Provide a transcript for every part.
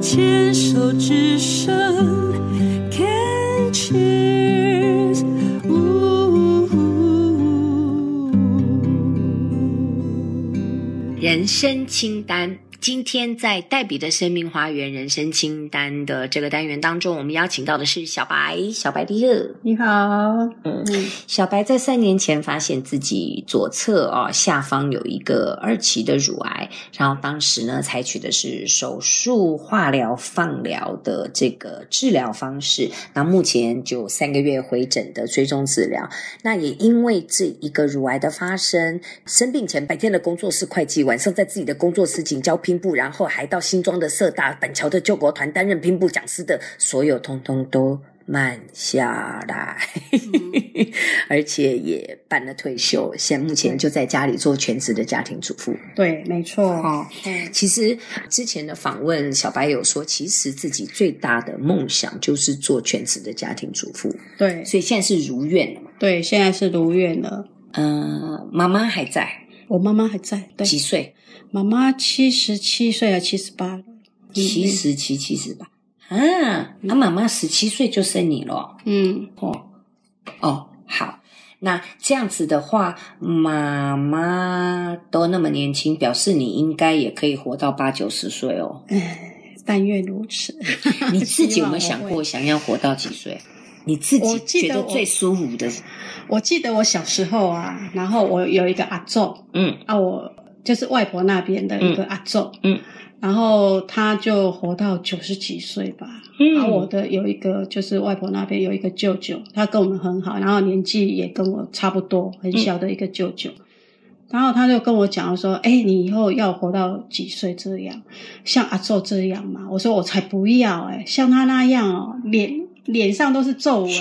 牵手之声，Can cheers。嗯人生清单。今天在黛比的生命花园人生清单的这个单元当中，我们邀请到的是小白，小白的乐。你好，嗯，小白在三年前发现自己左侧哦下方有一个二期的乳癌，然后当时呢采取的是手术、化疗、放疗的这个治疗方式。那目前就三个月回诊的追踪治疗。那也因为这一个乳癌的发生，生病前白天的工作是会计，晚上在自己的工作室请教拼布，然后还到新庄的社大、板桥的救国团担任拼布讲师的，所有通通都慢下来。而且也办了退休，现目前就在家里做全职的家庭主妇。对，没错，嗯哦，其实之前的访问，小白有说，其实自己最大的梦想就是做全职的家庭主妇，对所以现在是如愿了嘛？对，现在是如愿了。呃，妈妈还在，我妈妈还在，对，几岁？妈妈七十七岁啊，七十八嗯了。七十七、七十八啊？那、妈妈十七岁就生你了嗯，哦？哦，好。那这样子的话，妈妈都那么年轻，表示你应该也可以活到八九十岁哦。 哎但愿如此。你自己有没有希望想我过会？想要活到几岁？你自我己记觉得得哦我最舒服的，我记得我小时候啊，然后我有一个阿昼嗯，啊，我就是外婆那边的一个阿昼，嗯嗯然后他就活到九十几岁吧。嗯然后啊我的有一个就是外婆那边有一个舅舅，他跟我们很好，然后年纪也跟我差不多，很小的一个舅舅。然后他就跟我讲说：“哎、你以后要活到几岁这样？像阿宙这样嘛？”我说：“我才不要哎、像他那样哦，脸脸上都是皱纹，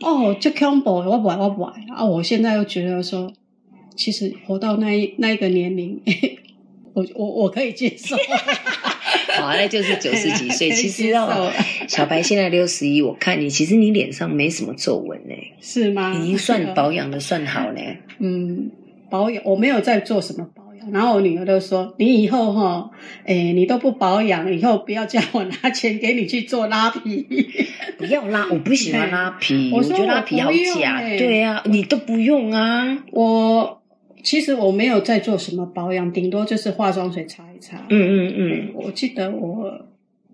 哦，就 combo 我不爱我不爱啊！我现在又觉得说，其实活到那一那一个年龄， 我我我可以接受。好，那就是九十几 岁。可以其实接哦，小白现在六十一，我看你，其实你脸上没什么皱纹呢，是吗？已 经算保养的算好呢。嗯，保养我没有在做什么保养。然后我女儿就说：“你以后哈、哎、你都不保养，以后不要叫我拿钱给你去做拉皮。不要拉，我不喜欢拉皮， 我我说觉得拉皮好我不用假。欸对啊，你都不用啊。我”其实我没有在做什么保养，顶多就是化妆水擦一擦。嗯嗯嗯，我记得我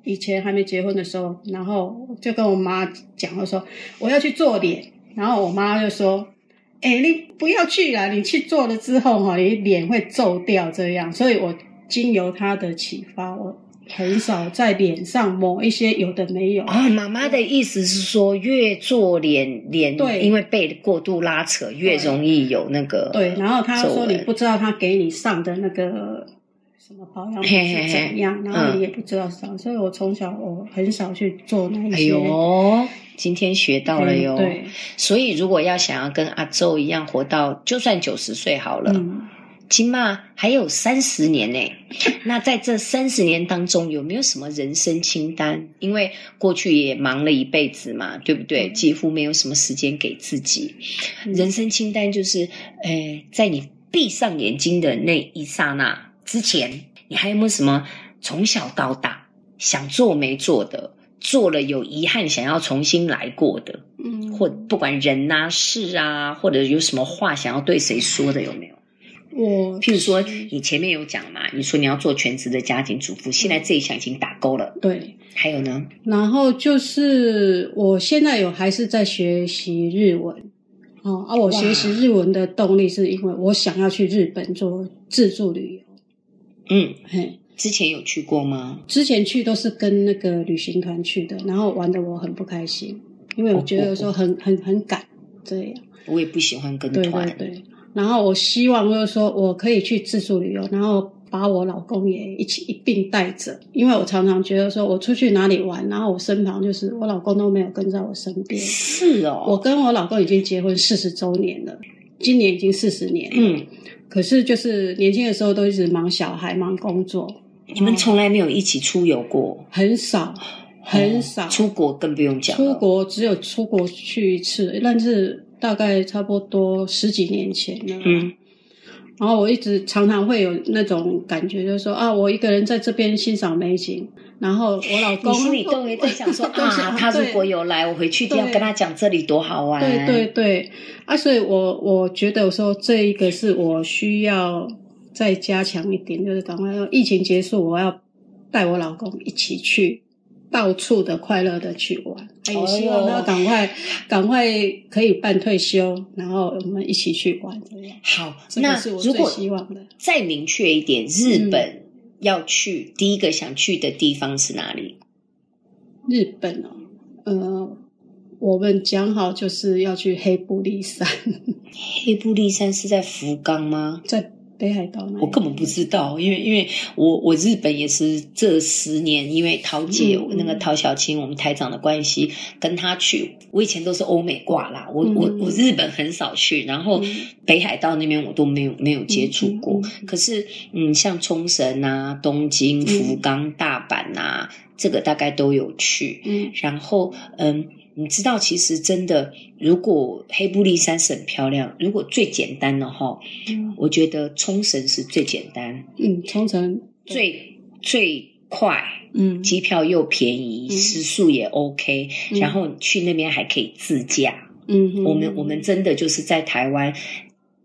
以前还没结婚的时候，然后就跟我妈讲，我说我要去做脸，然后我妈就说：“哎、你不要去啦，哎你去做了之后哈，哎你脸会皱掉这样。”所以，我经由她的启发，我很少在脸上抹一些有的没 有。哦，妈妈的意思是说，越做脸脸，对因为被过度拉扯，越对容易有那个对，然后她皱说你纹不知道她给你上的那个什么保养品是怎样，嘿嘿嘿然后你也不知道啥，所以我从小我很少去做那一些。哎呦，今天学到了嗯哟。对，所以如果要想要跟阿周一样活到，就算九十岁好了，嗯。起码还有三十年呢。 那在这三十年当中，有没有什么人生清单？因为过去也忙了一辈子嘛，对不对？嗯几乎没有什么时间给自己。嗯人生清单就是，呃，在你闭上眼睛的那一刹那之前，你还有没有什么从小到大想做没做的？做了有遗憾，想要重新来过的，嗯，或不管人啊、事啊，或者有什么话想要对谁说的，有没有？我譬如说，其你前面有讲嘛，你说你要做全职的家庭主妇，嗯现在这一项已经打勾了。对，还有呢，然后就是我现在有还是在学习日文，哦啊，我学习日文的动力是因为我想要去日本做自助旅游，嗯，嘿，之前有去过吗？之前去都是跟那个旅行团去的，然后玩的我很不开心，因哦为我觉得说很很很赶这样，我也不喜欢跟对团对，对，然后我希望就是说我可以去自助旅游，然后把我老公也一起一并带着，因为我常常觉得说我出去哪里玩，然后我身旁就是我老公都没有跟在我身边。是哦，我跟我老公已经结婚四十周年了，今年已经四十年了，嗯，可是就是年轻的时候都一直忙小孩、忙工作，你们从来没有一起出游过，很少很少、哦出国更不用讲了出国只有出国去一次，但是大概差不多十几年前了。嗯，然后我一直常常会有那种感觉，就是说啊，我一个人在这边欣赏美景，然后我老你公心里更会在想 说对啊，他如果有来，我回去一定要对跟他讲这里多好玩。对对对啊，所以我我觉得我说这一个是我需要再加强一点，就是赶快要疫情结束，我要带我老公一起去到处的快乐的去玩，哎，也希望哎呦他赶快赶快可以办退休，然后我们一起去玩这样。好，这个那是我如最果希望的。嗯再明确一点，日本要去、第一个想去的地方是哪里？日本哦，呃，我们讲好就是要去黑布利山，黑布利山是在福冈吗？在北海道那里我根本不知道，因为因为我我日本也是这十年，因为桃姐、嗯嗯那个陶小青我们台长的关系，跟她去。我以前都是欧美挂啦，我、嗯我我日本很少去，然后嗯北海道那边我都没有没有接触过。嗯嗯嗯可是嗯，像冲绳啊、东京、福冈、大阪啊，这个大概都有去。嗯然后，嗯，你知道，其实真的，如果黑布利山是很漂亮，如果最简单的哈，嗯我觉得冲绳是最简单、嗯，冲绳最最快，嗯机票又便宜，嗯食宿也 OK，、嗯然后去那边还可以自驾。嗯哼，我们我们真的就是在台湾。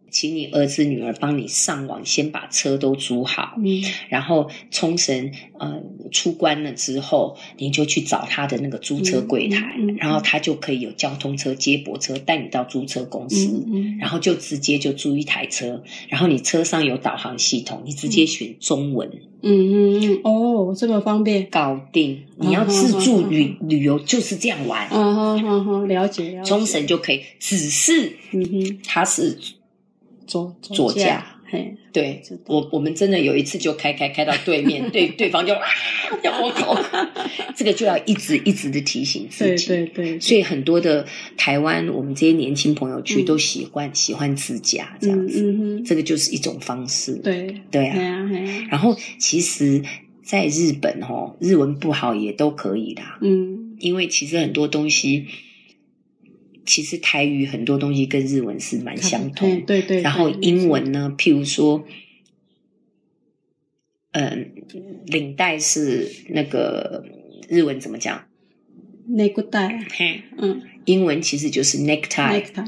请你儿子女儿帮你上网，先把车都租好，嗯然后冲绳呃出关了之后，你就去找他的那个租车柜台，嗯嗯嗯然后他就可以有交通车、接驳车带你到租车公司。嗯嗯，然后就直接就租一台车，然后你车上有导航系统，你直接选中文、嗯嗯嗯，哦，这么方便，搞定。你要嗯自助旅、旅游就是这样玩，啊哈哈哈，了解了解，冲绳就可以。只是嗯哼，它是左左驾驾，嘿，对知道我，我们真的有一次就开开开到对面， 对对方就啊要我口，这个就要一直一直的提醒对自己。对对，所以很多的台湾我们这些年轻朋友去嗯都喜欢、喜欢自驾嗯这样子，嗯哼，这个就是一种方式。对，嗯对嘿啊，呀嘿呀，然后其实在日本哦，日文不好也都可以啦，嗯因为其实很多东西。其实台语很多东西跟日文是蛮相通的嘿，对对，然后对英文呢，譬如说，嗯、领带是那个日文怎么讲？内裤带，嘿，嗯英文其实就是 necktie。 ，necktie，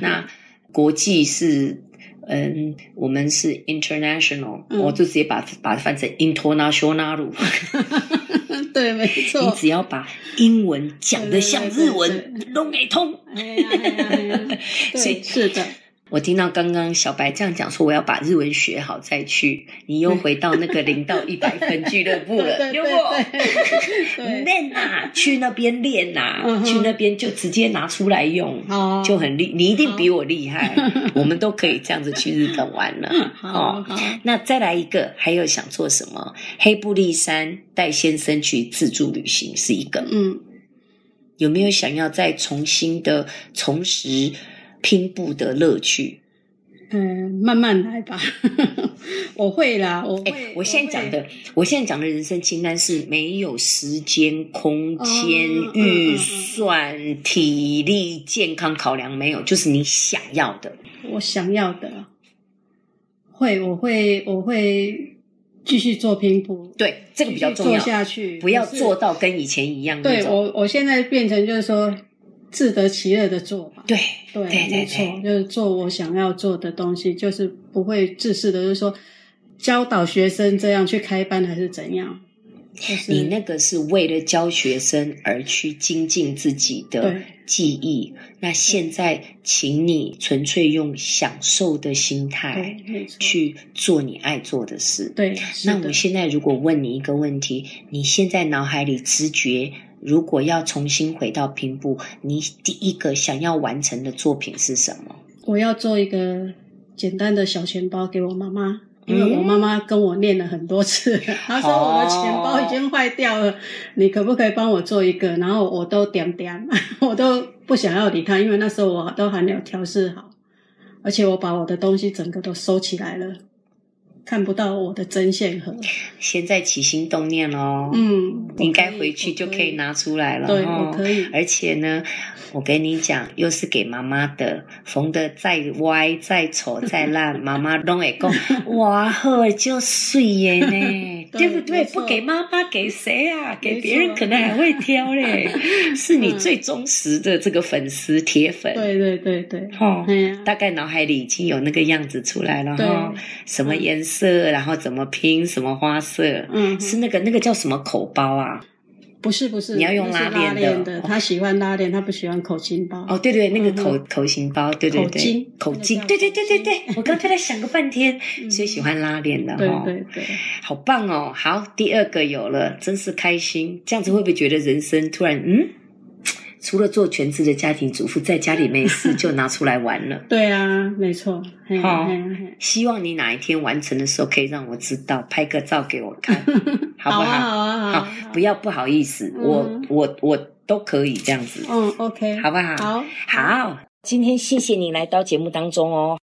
那国际是。嗯，我们是 international，、嗯我就直接把把它翻成 international。对，没你错，只要把英文讲得像日对对对文，弄给通。哎呀哎呀哎 呀，所以对，是的，我听到刚刚小白这样讲说，我要把日文学好再去，你又回到那个零 到一百分俱乐部对了，对有对不？对对，练啊，去那边练嗯啊，哼嗯去那边就直接拿出来用，好，就很厉，你一定比我厉害，嗯 我们都可以这样子去日本玩了。好，哦，好，那再来一个，还有想做什么？黑布利山带先生去自助旅行是一个，嗯有没有想要再重新的重拾拼布的乐趣？嗯，慢慢来吧， 我会啦，我哎、会，我现在讲会的，我现在讲的人生清单是没有时间、空间、嗯嗯嗯预算、体力、健康考量，没有，就是你想要的。我想要的，会，我会，我会继续做拼搏，对，这个比较继续重做要，下去，不要是做。到跟以前一样那对种。我，我现在变成就是说自得其乐的做吧。对，对，对对没错，就是做我想要做的东西，就是不会自私的，就是说教导学生这样去开班还是怎样。就是你那个是为了教学生而去精进自己的对技艺，那现在请你纯粹用享受的心态对，没错，去做你爱做的事。对，是那的我现在如果问你一个问题，你现在脑海里直觉，如果要重新回到平步，你第一个想要完成的作品是什么？我要做一个简单的小钱包给我妈妈，因为嗯我妈妈跟我念了很多次，她说我的钱包已经坏掉了，你可不可以帮我做一个？然后我都点点， 我都不想要理她，因为那时候我都还没有调试好，而且我把我的东西整个都收起来了。看不到我的针线盒。现在起心动念喽，嗯，哦你应我该可以回去就我可以拿出来了。对，哦我可以。而且呢，我跟你讲，又是给妈妈的，缝的再歪、 再 丑、再烂，妈妈都会讲，哇呵，就碎耶呢，对对不对？没错不给妈妈，给谁啊？给没错别人可能还会 挑嘞。是你嗯最忠实的这个粉丝铁粉，对对对对，哦哎呀，大概脑海里已经有那个样子出来了对，哈，什么颜色，然后怎么拼，什么花色，嗯，是那个那个叫什么口包啊？不是不是，你要用那拉是链拉的链哦的，他喜欢拉链，他不喜欢口琴包。哦，对对，那个口、嗯口型包，对对口对巾，口那巾，个叫对对对对对口，我刚才在想个半天， 嗯所以喜欢哦拉链的对哈，对对，好棒哦！好，第二个有了，真是开心。这样子会不会觉得人生突然嗯，除了做全职的家庭主妇，在家里没事就拿出来玩 了？对啊，没错。嘿好嘿嘿希望你哪一天完成的时候，可以让我知道，拍个照给我 看，好不好啊，好？好啊，好啊啊不要不好意思，嗯我我我都可以这样子，嗯，OK，好不好？好，好，今天谢谢你来到节目当中哦。